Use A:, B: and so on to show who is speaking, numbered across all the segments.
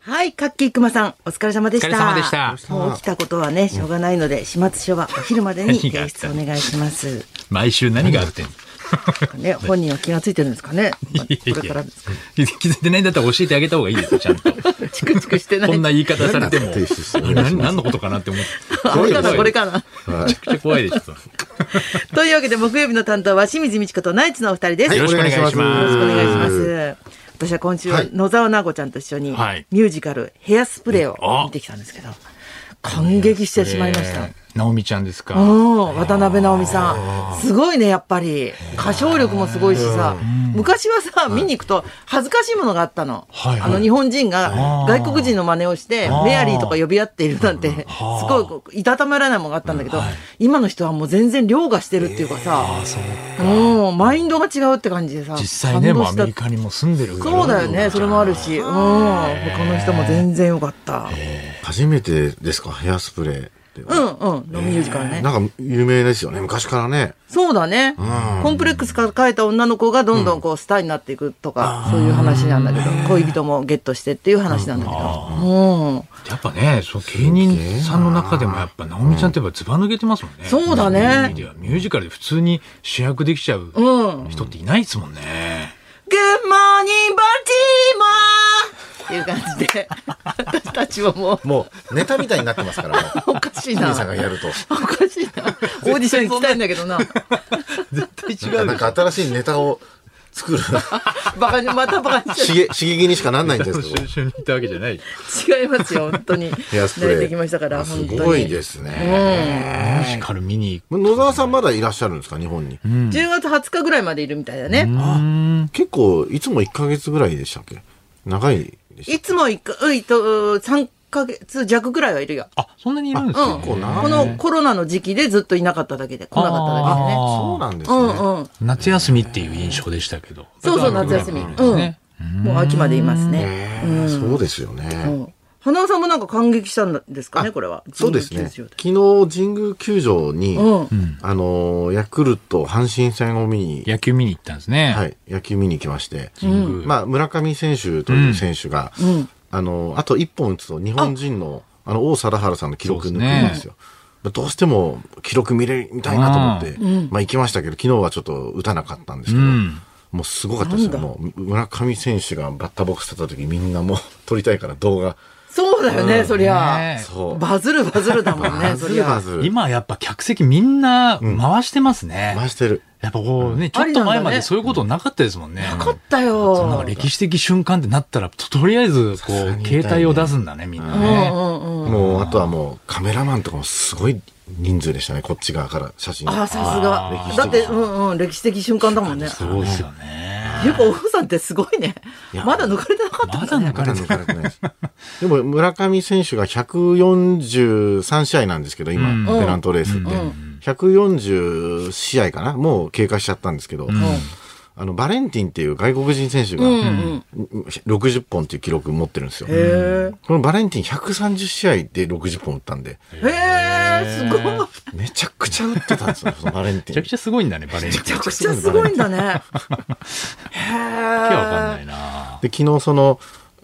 A: はい、カッキークマさん、お疲れ様でした。
B: お疲れ様でした
A: もう起きたことはね、しょうがないので、始末書はお昼までに
B: 何があ
A: 提
B: った
A: 出お願いします。
B: 毎週何があってんの
A: ね、本人は気がついてるんですかね。まあ
B: いやいや
A: これからですか。
B: 気づいてないんだったら教えてあげた方がいいですよ、ち ゃんと。
A: チクチクしてない。
B: こんな言い方されても
C: 何だって提出お、願いし
B: 何
C: ます
B: 何のことかなって思って。
A: あこれかな、これかな。
C: は
B: めちゃくちゃ怖いです。よ
A: というわけで、木曜日の担当は清水美智子とナイツのお二人です。
C: い、
B: よろしくお願いします
A: よろしくお願いしま
C: お願いし
A: す。私は今週、
C: はい
A: 野沢直子ちゃんと一緒に
B: はい
A: ミュージカル「ヘアスプレー」を見てきたんですけど、感激してしまいました。。
B: なおみちゃんですか。
A: うん、渡辺直美さん。すごいね、やっぱり。歌唱力もすごいしさ。昔はさ、見に行くと恥ずかしいものがあったの。
B: はい
A: あの、日本人が
B: あー
A: 外国人の真似をして、
B: あー
A: メアリーとか呼び合っているなんて、す
B: はあ
A: ごいこう、いたたまれないものがあったんだけど、今の人はもう全然凌駕してるっていうかさ、うん、マインドが違うって感じでさ、
B: 実際ね、
A: 感
B: も
A: 動
B: うア
A: した
B: メリカにも住んでるから
A: そうだよね、それもあるし、うん、他の人も全然よかった。
C: い初めてですか、ヘアスプレーって。
A: うん、うん、のミュージカルね。
C: なんか有名ですよね、昔からね。
A: そうだね。コンプレックス抱えた女の子がどんどんこうスターになっていくとか、そういう話なんだけど、恋人もゲットしてっていう話なんだけど。うん。
B: やっぱね、そう芸人さんの中でもやっぱ、なおみちゃんってやっぱずば抜けてますもんね。
A: そうだね
B: そういう意味ではミュージカルで普通に主役できちゃう
A: うん。
B: 人っていないですもんね。
A: Good morning, Baltimore! っていう感じで、私たちはも
C: もう、ネタみたいになってますから、
A: う、
C: も
A: お
C: う。
A: かしい
C: 清
A: な。
C: 水さんがやると。
A: おかしいな。オーディションに行きたいんだけどな。
B: 絶対違う
C: なん
B: でし
C: か新しいネタを 作る、
A: バカに、またバカにし
C: 刺激刺激にしかなんないんですけ ど
B: ょ。。収に行ったわけじゃない。
A: てる違いますよ、本当に。
C: ヘアスプ
A: 慣
C: レー。
A: れてきましたから、
C: す
A: 本当に。
C: ごいですね。
B: ミュージカル見に行く。
C: 野沢さんまだいらっしゃるんですか、日本に。
A: 10月20日ぐらいまでいるみたいだね。
C: 結構、いつも1ヶ月ぐらいでしたっけ長いでし
A: いつもいく、ういと、3ヶ月弱ぐらいはいるよ。
B: あ、そんなにいるんですか、
A: うん
C: 結構長い
A: このコロナの時期でずっといなかっただけで、来なかっただけで
C: た。
A: ね。
C: そうなんです
A: う
C: ね。
A: んうん。
B: 夏休みっていう印象でしたけど。
A: そうそう、夏休み。
B: うん
A: う
B: ね
A: ん。もう秋までいますね。
C: ねえそうですよね。
A: うん花尾さんもなんか感激したんですかね、
C: あ
A: これは。
C: そうですね。
A: 神宮球場
C: 昨日、神宮球場に、
A: でうん。
C: あのー、ヤクルト、阪神戦を見に、
B: 野球見に行ったんですね。
C: はい、野球見に来まして、
B: 神宮。
C: まあ、村上選手という選手が、
A: うん。
C: あのー、あと1本打つと日本人の、あの、王貞治さんの記録抜く
B: そ
C: ん
B: うですね
C: ですよ。どうしても記録見れ、見たいなと思って、まあ行きましたけど、昨日はちょっと打たなかったんですけど、
B: うん
C: もうすごかったです
A: な
C: よ。
A: んだ
C: もう村上選手がバッターボックス立った時みんなもう撮りたいから動画。
A: そうだよね、そりゃ
B: ね。
C: そう。
A: バズるバズるだもんね、
C: バ
A: そ
C: ズ
A: り
C: る
A: ゃ
C: バ。ズる。
B: 今やっぱ客席みんな回してますね。
C: 回してる。
B: やっぱこうね、ちょっと前までそういうことなかったですもんね。
A: よかった
B: そんな
A: よ。
B: 歴史的瞬間ってなったら、ととりあえず、こ
C: さすが
B: う、
C: に痛いね
B: 携帯を出すんだね、みんな
A: うん
B: ね。
A: うんうん。
C: もう、あとはもう、カメラマンとかもすごい人数でしたね、こっち側から写真。
A: ああ、さすが
C: 歴。史的
A: だって、うんうん、歴史的瞬間だもんね。
B: すごいですよね。
A: ゆうこお父さんってすごいね。まだ抜かれてなかったん
B: ま
A: だ
B: だ
A: ね
B: 抜
C: ま
B: か
C: だ
B: れて
C: 抜かれてないです。でも、村上選手が143試合なんですけど、今、
B: うん
C: ペナントレースって。140試合かなもう経過しちゃったんですけど、あの、バレンティンっていう外国人選手が、
A: うんうん。
C: 60本っていう記録持ってるんですよ。
A: へ
C: このバレンティン130試合で60本打ったんで、
A: え。へえ、すごい。め
C: めちゃくちゃ打ってたんですよ、そのバレンテ
B: めち
C: ィン
B: ゃく。ちゃすごいんだね、バレンティン。
A: ちゃくちゃすごいんだ ね。へえ。
B: わけわかんないな。
C: で昨日その、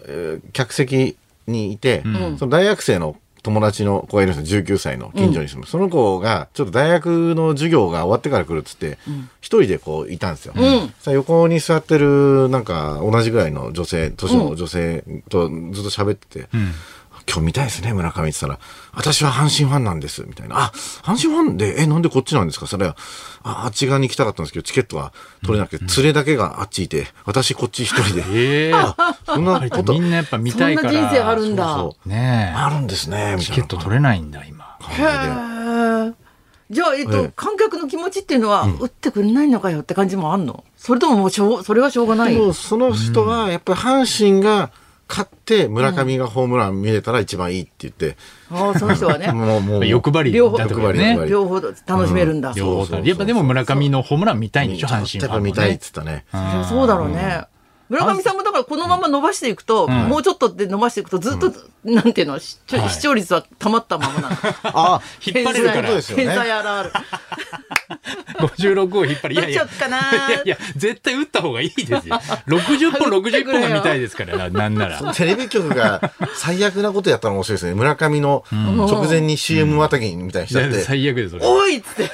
C: えー客席にいて、その大学生の友達の子がいるんですよ19歳の近所に住む、その子がちょっと大学の授業が終わってから来るっつって一、人でこういたんですよ、さ横に座ってるなんか同じぐらいの女性年の女性とずっと喋ってて、今日見たいですね、村上って言ったら、私は阪神ファンなんです、みたいな。あ、阪神ファンで、え、なんでこっちなんですかそれは、ああっち側に行きたかったんですけど、チケットは取れなくて、連れだけがあっちいて、私こっち一人で、
B: ええ。
C: そんなこと
B: みんなやっぱ見たいから。
A: そんな人生あるんだ
C: そう
B: ね
C: あるんですね、
B: え。
C: み
B: チ
C: た
B: ケ
C: い
B: ッ
C: な
B: ト取れないんだ、今。
C: 感
A: へえ。じゃあ、えっ
C: え
A: と
C: え、
A: 観客の気持ちっていうのは、打ってくれないのかよって感じもあんのそれとももうしょう、それはしょうがな
C: じ
A: い
C: で。で。も、その人は、やっぱり阪神が勝って、村上がホームラン見れたら一番いいって言って、
A: ああ、その人 はね。
C: もう、もう、
B: 欲張り
A: 両方
B: だってことだよね。
C: 欲張り
A: 両方楽しめるんだ。
B: 両
C: そ
B: 方
C: うそうそう
B: やっぱでも村上のホームラン見たいんでし
C: ち
B: ょ、
C: ょっと
B: 阪神フ
C: やっ
B: ァ
C: ぱ
B: ンも
C: 見たいっ
B: ね。
C: て言ったね。
A: そりゃそうだろうね。村上さんもだからこのまま伸ばしていくと、もうちょっとで伸ばしていくと、ずっと、なんていうの、視聴
B: はい
A: 視聴率は溜まったままなの。
C: あ
B: 引っ張れるから
C: そうですよね
A: 天才あるある。
B: 56を引っ張り、いやいや
A: 打っちゃおっかな
B: いやいや、絶対打った方がいいですよ。60本、60本が見たいですから、なんなら。
C: あテレビ局が最悪なことやったら面白いですね。村上の直前に CM またぎみたいにしちゃっ
B: いや
C: て、
B: 最悪です、それ。
A: おいっつって。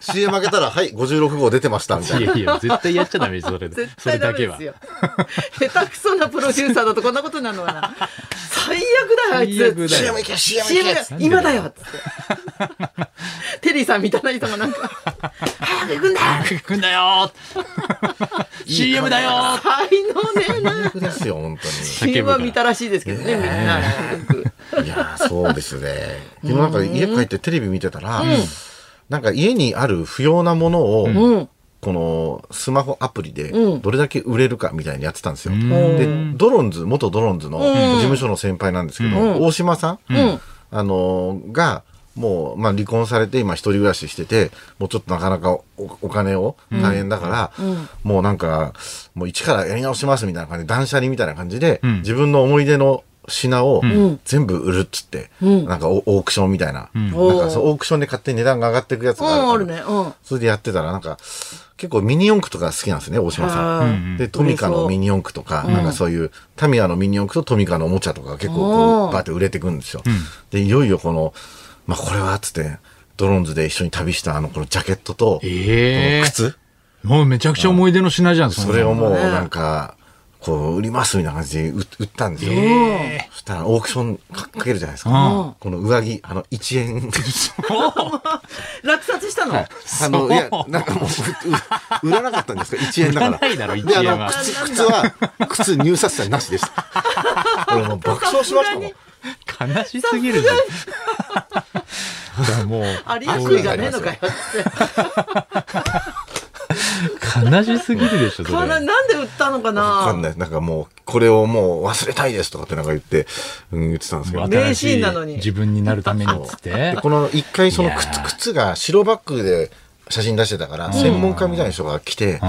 C: CM 負けたら、はい、56号出てました、みたい
B: い
C: な。
B: やいや、絶対やっちゃダメです、それで
A: 絶。
B: それ
A: 対ダ
B: だ
A: メ
B: け
A: で
B: は
A: す。よ。下手くそなプロデューサーだとこんなことになるのかな。最悪だよ、あい
B: 最悪
A: つ。
B: だよ
C: CM 行け、CM 行
A: CM
C: け
A: が今だよっつって。テリーさんみたいな人もなんか、早く行くんだ
B: 行くんだよー !CM だよー
A: 才能ねえな。
C: 最悪ですよ、本当に。
A: CM は見たらしいですけどね、みんな。よく
C: いやー そうですね。昨日なんか家帰ってテレビ見てたら、なんか家にある不要なものを、
A: うん。
C: このスマホアプリで
A: うん
C: どれだけ売れるかみたいにやってたんですよ。
B: ん
C: で、ドロンズ、元ドロンズの事務所の先輩なんですけど、
A: うん
C: 大島さん、
A: ん
C: あのーが、もう、まあ、離婚されて今一人暮らししてて、もうちょっとなかなかおお金を大変だから、もうなんか、もう一からやり直しますみたいな感じで、断捨離みたいな感じで、
B: ん
C: 自分の思い出の品を
A: ん
C: 全部売るっつって、
A: うん
C: なんかオオークションみたいな、
B: ん
C: なんかそうオークションで勝手に値段が上がっていくやつ
A: うん、
C: があるから
A: あるね。うん。
C: それでやってたら、なんか、結構ミニ四駆とか好きなんですね、大島さん。
A: はい
B: うん
C: で、トミカのミニ四駆とか、なんかそういう、タミヤのミニ四駆とトミカのおもちゃとかが結構こ
A: おー
C: う、バーって売れてくんですよ。で、いよいよこの、まあ、これは、つって、ドローンズで一緒に旅したあの、このジャケットと、
B: ええ
C: この靴
B: もうめちゃくちゃ思い出の品じゃん、ん
C: そ
B: なの
C: れをもう、なんか、こう、売りますみたいな感じで売売ったんですよ。
B: え
C: そしたらオークションかかけるじゃないです
B: う
C: か。この上着、あの、1円。
A: 落札したの。
C: あの、いや、なんかもう、う売らなかったんですか ?1 円だから。
B: 売らないだろ1円
C: で、あ
B: は
C: の、靴、靴は、靴入札者なしでした。 俺もう爆笑しましたもん。
B: 悲しすぎる じゃん。もう、
A: ありがとうがねえのかよって。
B: 悲しすぎるでしょ、そ
A: かな
B: れ。
A: なんで売ったのかな
C: わかんない。なんかもう、これをもう忘れたいですとかってなんか言って、うん、言ってたんですけど。
A: 名シーンなのに
B: 新しい自分になるためにっつって
C: で、。この一回その
B: いや
C: 靴
B: ー、
C: 靴が白バッグで写真出してたから、専門家みたいな人が来て、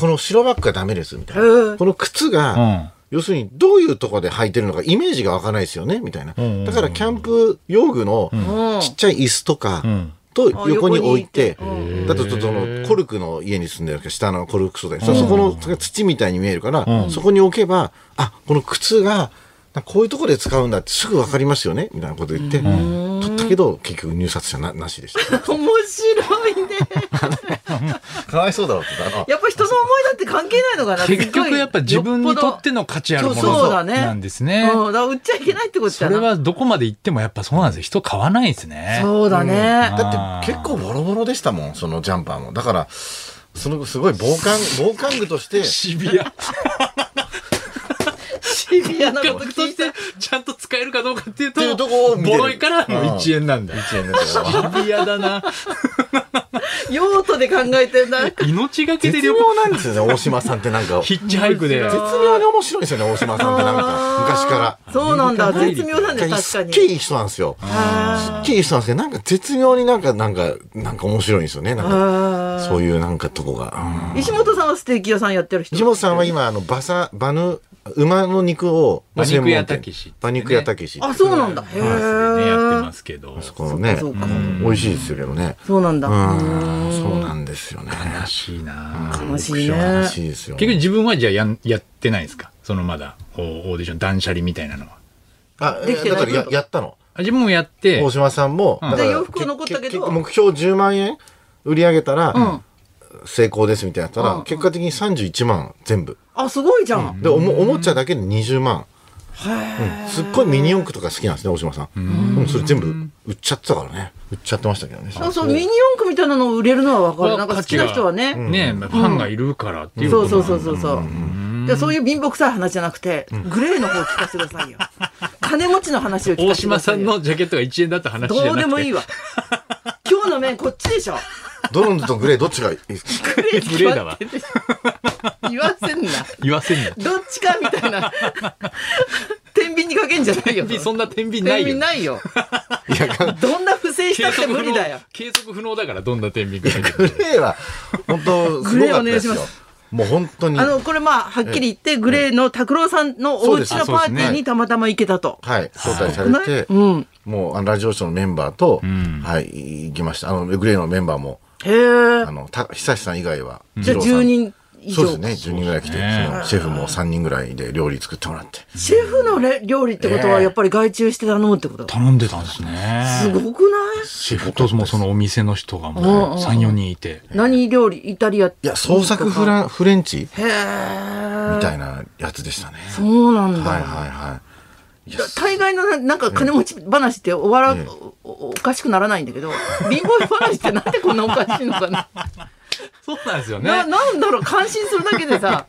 C: この白バッグがダメです、みたい
A: へ
C: な。
A: え
C: この靴
B: うん
C: が、要するにどういうとこで履いてるのかイメージがわかないですよね、みたいな。
B: んうん
C: だからキャンプ用具の
A: うん
C: ちっちゃい椅子と
B: う
C: か
B: ん
C: と
A: あ
C: 横に置いて
A: 横に、
C: だとちょっとそのコルクの家に住んでるから下のコルク素材。そそこのそれが土みたいに見えるから、そこに置けば、あ、この靴が、なんかこういうところで使うんだってすぐわかりますよねみたいなこと言って、取ったけど結局入札者ななしでした。
A: 面白いね。
C: かわいそうだろうって。あの
A: やっぱ人の思いだって関係ないのかな
B: 結局やっぱ自分にとって
A: の
B: の価値あるも
A: そうそうだ
B: の
A: ね
B: なんです
A: ね。
B: ね。
A: うん、だから売っちゃいけないってこと
B: そ
A: だ
B: れ
A: な。
B: はどこまで行ってもやっぱそうなんですよ。人買わないですね。
A: そうだね。
C: だって結構ボロボロでしたもん、そのジャンパーも。だから、そのすごい防寒、防寒具 として、
B: シビア。
A: シビアなこ
B: 監
A: と
B: 督と
A: 聞い
B: してて。ちゃんと使えるかどうかっていうと、
C: っていうとこを見てる
B: ボロいからもう1円なんだ。
C: 1円 ですよ
B: シビアだな。
A: 用途で考えてん だ。
B: 命がけで
C: 絶
B: 旅行
C: 妙なんですよね、大島さんってなんか。
B: ヒ
C: 絶
B: ッチハイクで。
C: 妙に面白いですよね、大島さんってなんか、昔から。
A: そうなんだ。
B: アメリ
A: 絶
B: カ帰り
A: 妙なんだよ、確
C: す
A: か
C: っ
A: に
C: げ。えいい人なんですよ。すっげえいい人なんですけど、なんか絶妙になんか、なんか、なんか面白いんですよね。なんか、
A: あー
C: そういうなんかとこが。うん
A: 石本さんはステーキ屋さんやってる人。
C: 石本さんは今、あの、馬さ、馬ぬ、馬の肉を、
B: 馬肉
C: 専門店
B: 屋たけしってね
C: 馬肉屋たけし。
A: あ、そうなんだ。へ
B: ね、やって
A: え
B: ま。すけど。
C: このね
A: そうかそうか、
C: 美味しいですよけどね。
A: そうなんだ。
C: うん、そうなんですよね。
B: 悲しいな
A: 悲しいね。
C: 悲しいですよ。
B: 結局自分はじゃあやんやってないんですかそのまだおオーディション断捨離みたいなのは。
C: あ、
A: できて
C: だ
A: ない
C: からややったの。
B: あ自分もやって
C: 大、島さんも、
B: ん
C: だから
A: で洋服は残ったけど
C: 結局目標10万円売り上げたら、
A: うん。
C: 成功ですみたいなやったら、
A: うん
C: 結果的に31万全部
A: あ、すごいじゃん。
C: でおもおもちゃだけで20万
A: へ
C: すっごいミニ四駆とか好きなんですね大島さんうんそれ全部売っちゃってたからね売っちゃってましたけどね
A: え。そうそう、ミニ四駆みたいなのを売れるのはわかる。なんか好きな人はね。
B: ね、まあファンがいるからっていう
A: そ
B: こと
A: う
B: な
A: そ
B: ん
A: う
B: だ
A: そうそうそう。じゃあそういう貧乏くさい話じゃなくて、グレーの方を聞かせてくださいよ。金持ちの話を聞
B: 大
A: かせてく
B: 島
A: ださ
B: さ
A: い
B: ん
A: よ。
B: のジャケットが1円だった話じゃなくて
A: どうでもいいわ。今日の面こっちでしょ。
C: ドローンズとグレーどっちがいいですか
A: グレー
B: グレーだわ
A: 決まってる言わせんな。
B: 言わせんの
A: どっちかみたいな。天秤にかけんじゃないよ。
B: そんな天秤な
A: 天
B: い
A: 秤
B: よ
A: ないよ。どんな不正したって無理だよ。
B: 継続不能だからどんな天秤か
C: グレーは本当すごかったで
A: グ
C: すよ
A: レーお願いしま
C: もう本当に
A: あの、これまあ、はっきり言って、グレーの拓郎さんのお
C: そうで
A: 家
C: す
A: のパーティーにたまたま行けたと。
C: はい、招待されて、
A: 少ないうん
C: もうあのラジオショーのメンバーと、
B: ん
C: はい、行きました。あの、グレーのメンバーも、
A: へえ
C: あ。の、た久志さん以外は、
A: じゃあ
C: 二郎さ
A: 10
C: ん
A: 人以
C: そう
A: 上。
C: ですね、10人ぐらい来て、
B: そうですね
C: そのシェフも3人ぐらいで料理作ってもらって。
A: シェフのれ料理ってことは、やっぱり外注して頼むってこと
B: 頼んでたんですね。
A: すごくない
B: 仕事もそのお店の人がもう3、4人いて。
A: 何料理イタリア
C: いや、創作フランフレンチ
A: へえ。
C: みたいなやつでしたね。
A: そうなんだ。
C: はいはいはい。いや
A: 大概のななんか金持ち話っておわら、
C: ええ
A: おおおかしくならないんだけど、貧乏話ってなんでこんなおかしいのか な。
B: そうなんですよね。
A: な、なんだろう、感心するだけでさ、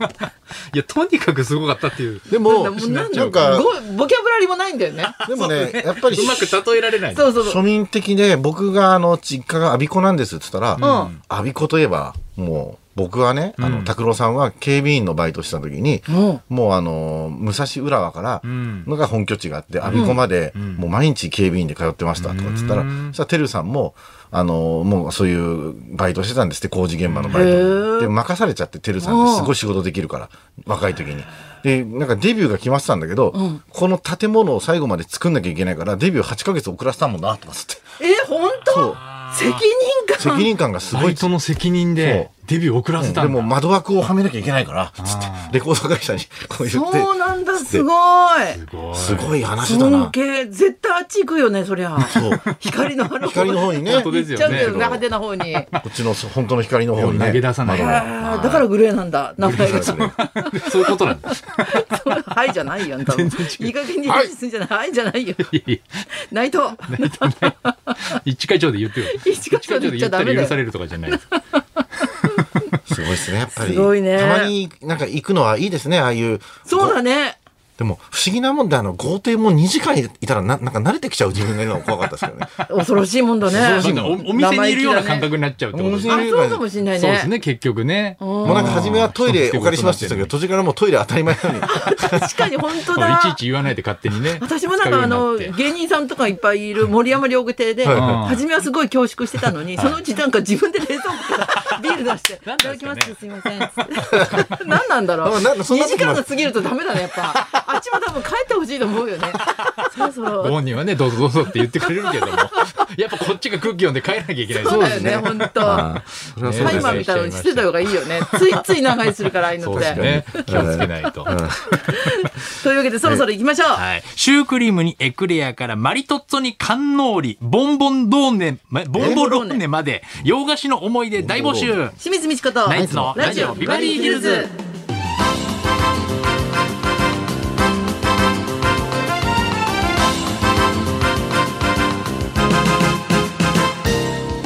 B: いや、とにかくすごかったっていう。
A: な
C: で
A: ん
C: も、
A: だもうなん
C: なんか、
A: ごボキャブラリーもないんだよね。
C: でもね、やっぱり、
B: うまく例えられない。
A: そうそうそう。
C: 庶民的で、僕があの、実家がアビコなんですって言ったら、
A: ん
C: アビコといえば、もう、僕はね、あ
B: うん
C: の、拓郎さんは警備員のバイトしてた時に、
A: うん
C: もうあの、武蔵浦和から
B: うん、
C: のが本拠地があって、アビコまで、
B: ん
C: もう毎日警備員で通ってましたとかって言ったら、
B: うん
C: そしたら、てるさんも、あの、もうそういうバイトしてたんですって、工事現場のバイ
A: へ
C: ト
A: ー
C: で。で、任されちゃって、てるさんってすごい仕事できるから、若い時に。で、なんかデビューが決まってたんだけど、この建物を最後まで作んなきゃいけないから、デビュー8ヶ月遅らせたもんな、とかつって。
A: え、本
C: そ
A: 当
C: う
A: 責任感。
C: 責任感がすご
B: バ
C: い
B: イトの責任でデビュー遅らせた
C: で
B: んだ
C: も窓枠をはめなきゃいけないから、つって
B: あ、
C: レコード会社にこう言って、
A: そうなんだ、
C: て
A: すご
B: す
A: い。
B: ごい。
C: すごい話だ
A: 尊
C: な。
A: 敬、絶対あっち行くよね、そり ゃ。
C: そう。
A: 光のあの
C: 光の方にね
B: 本当です
A: 行っ
B: よ
A: ちゃうん
B: ね
A: だよね、派手な方に。
C: こっちの本当の光の方にね。
B: 投げ出さない
C: 窓
A: あ
C: が
A: ーだからグレーなんだ、名前が。
B: そういうことなん だ。
A: はいじゃないよ、多分。いい加減に返すんじゃない、はい、じゃないよ。
B: いやい
A: 内藤。
B: や一課長で言ってよ。
A: 一課長で言っちゃダメだよ
B: 一課長で言ったら許されるとかじゃないです。
C: すごいですね、やっぱり。
A: すごいね
C: たまになんか行くのはいいですね、ああいう。
A: そうだね。
C: でも、不思議なもんで、あの、豪邸も2時間いたらな、なんか慣れてきちゃう自分がいるのが怖かったです けどね。
A: 恐ろしいもんだね。
B: なんかおお店にいるような感覚になっちゃうってことですね。
A: あ、そうかもしれない
B: そうです
A: ね。
B: ね、結局ね。も
C: もうなんか初めはトイレお借りしますって言ってたけど、途中からもうトイレ当たり前なのに。
A: 確かに本当
B: い
A: だ
B: ちい。ち言わないで勝手にね。
A: 私もなんかあの
B: 使うようになって
A: 芸人さんとかいっぱいいる森山両国亭で
C: はいはい
A: 初めはすごい恐縮してたのにそのうちなんか自分で冷蔵庫 からビール出して「い
B: なん
A: た
B: な
A: だ
B: ん
A: き
B: です
A: ま
B: か
A: す
B: ね」
A: すいません何なんだ ろう
C: あなん
A: 2
C: そんなことない
A: 時間が過ぎるとダメだねやっぱあっちも多分帰ってほしいと思うよ ねそろそろ
B: ご本人はね、どうぞどうぞって言ってくれるけども、 やっぱこっちが空気読んで帰らなきゃいけないです
A: そうだよ
B: ね
A: ね本当
C: それはそう
A: タ
C: で
A: イ
C: す
A: マー
C: ね
A: みたいなのにしてた方がいいよね。ついつい長居するから、ああいうの
B: そう
A: っ
B: です
A: て。
B: ね。気をつけないと。
A: というわけで、そろそろ行きましょう。
B: はい。シュークリームにエクレアからマリトッツォに観音りボンボンドーネ、まボンボローネまで、洋菓子の思い出大募集
A: 清水美智子と、
B: ナイツの
A: ラジオビバリーヒルズ。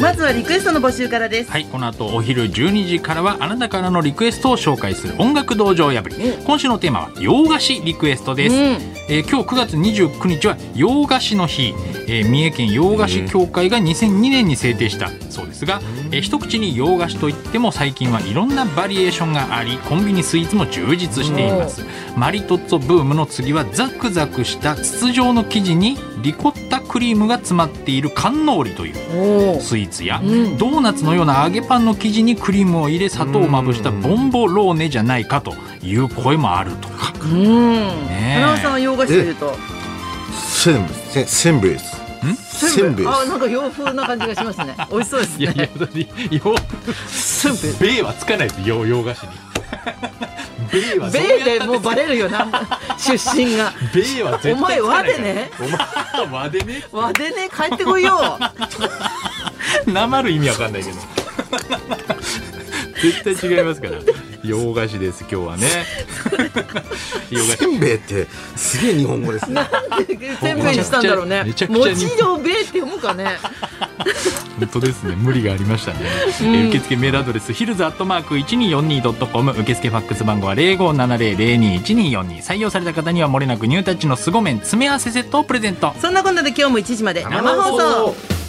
A: まずはリクエストの募集からです。
B: はい、この後お昼12時からはあなたからのリクエストを紹介する音楽道場破り、
A: う
B: 今週のテーマは洋菓子リクエストです、
A: うん
B: えー今日9月29日は洋菓子の日、えー三重県洋菓子協会が2002年に制定したそうですが、えー一口に洋菓子といっても最近はいろんなバリエーションがありコンビニスイーツも充実していますマリトッツォブームの次はザクザクした筒状の生地にリコッタクリームが詰まっている観音りという
A: おー
B: スイーツや、
A: うん
B: ドーナツのような揚げパンの生地にクリームを入れ砂糖をまぶしたボンボローネじゃないかという声もあるとか
A: うん。
B: ねえ
A: 花尾さんは洋菓子というと。
C: セン、セセンブリス。センブリ
A: あ、なんか洋風な感じがしますね。美味しそうです
B: いやいや
A: ね。
B: だって洋
A: センブリ
B: 米はつかないですよ洋菓子に米は
A: 米でもうバレるよな、出身が。
B: 米は絶対
A: お前
B: つか
A: 和
B: ない
A: でね
B: からお前和でね
A: わでね帰ってこいよ
B: なまる意味わかんないけど絶対違いますから洋菓子です今日はね洋菓
C: せんべいって、すげえ日本語です ね。
A: なんでせんべいにしたんだろうね
B: めちゃくちゃ
A: もちろんべえって読むかね
B: 本当ですね無理がありましたね、えー受付メールアドレスヒルズアットマーク 1242.com 受付ファックス番号は0570021242採用された方にはもれなくニュータッチの凄麺詰め合わせセットをプレゼント
A: そんなこんなで今日も1時まで生放送
C: 送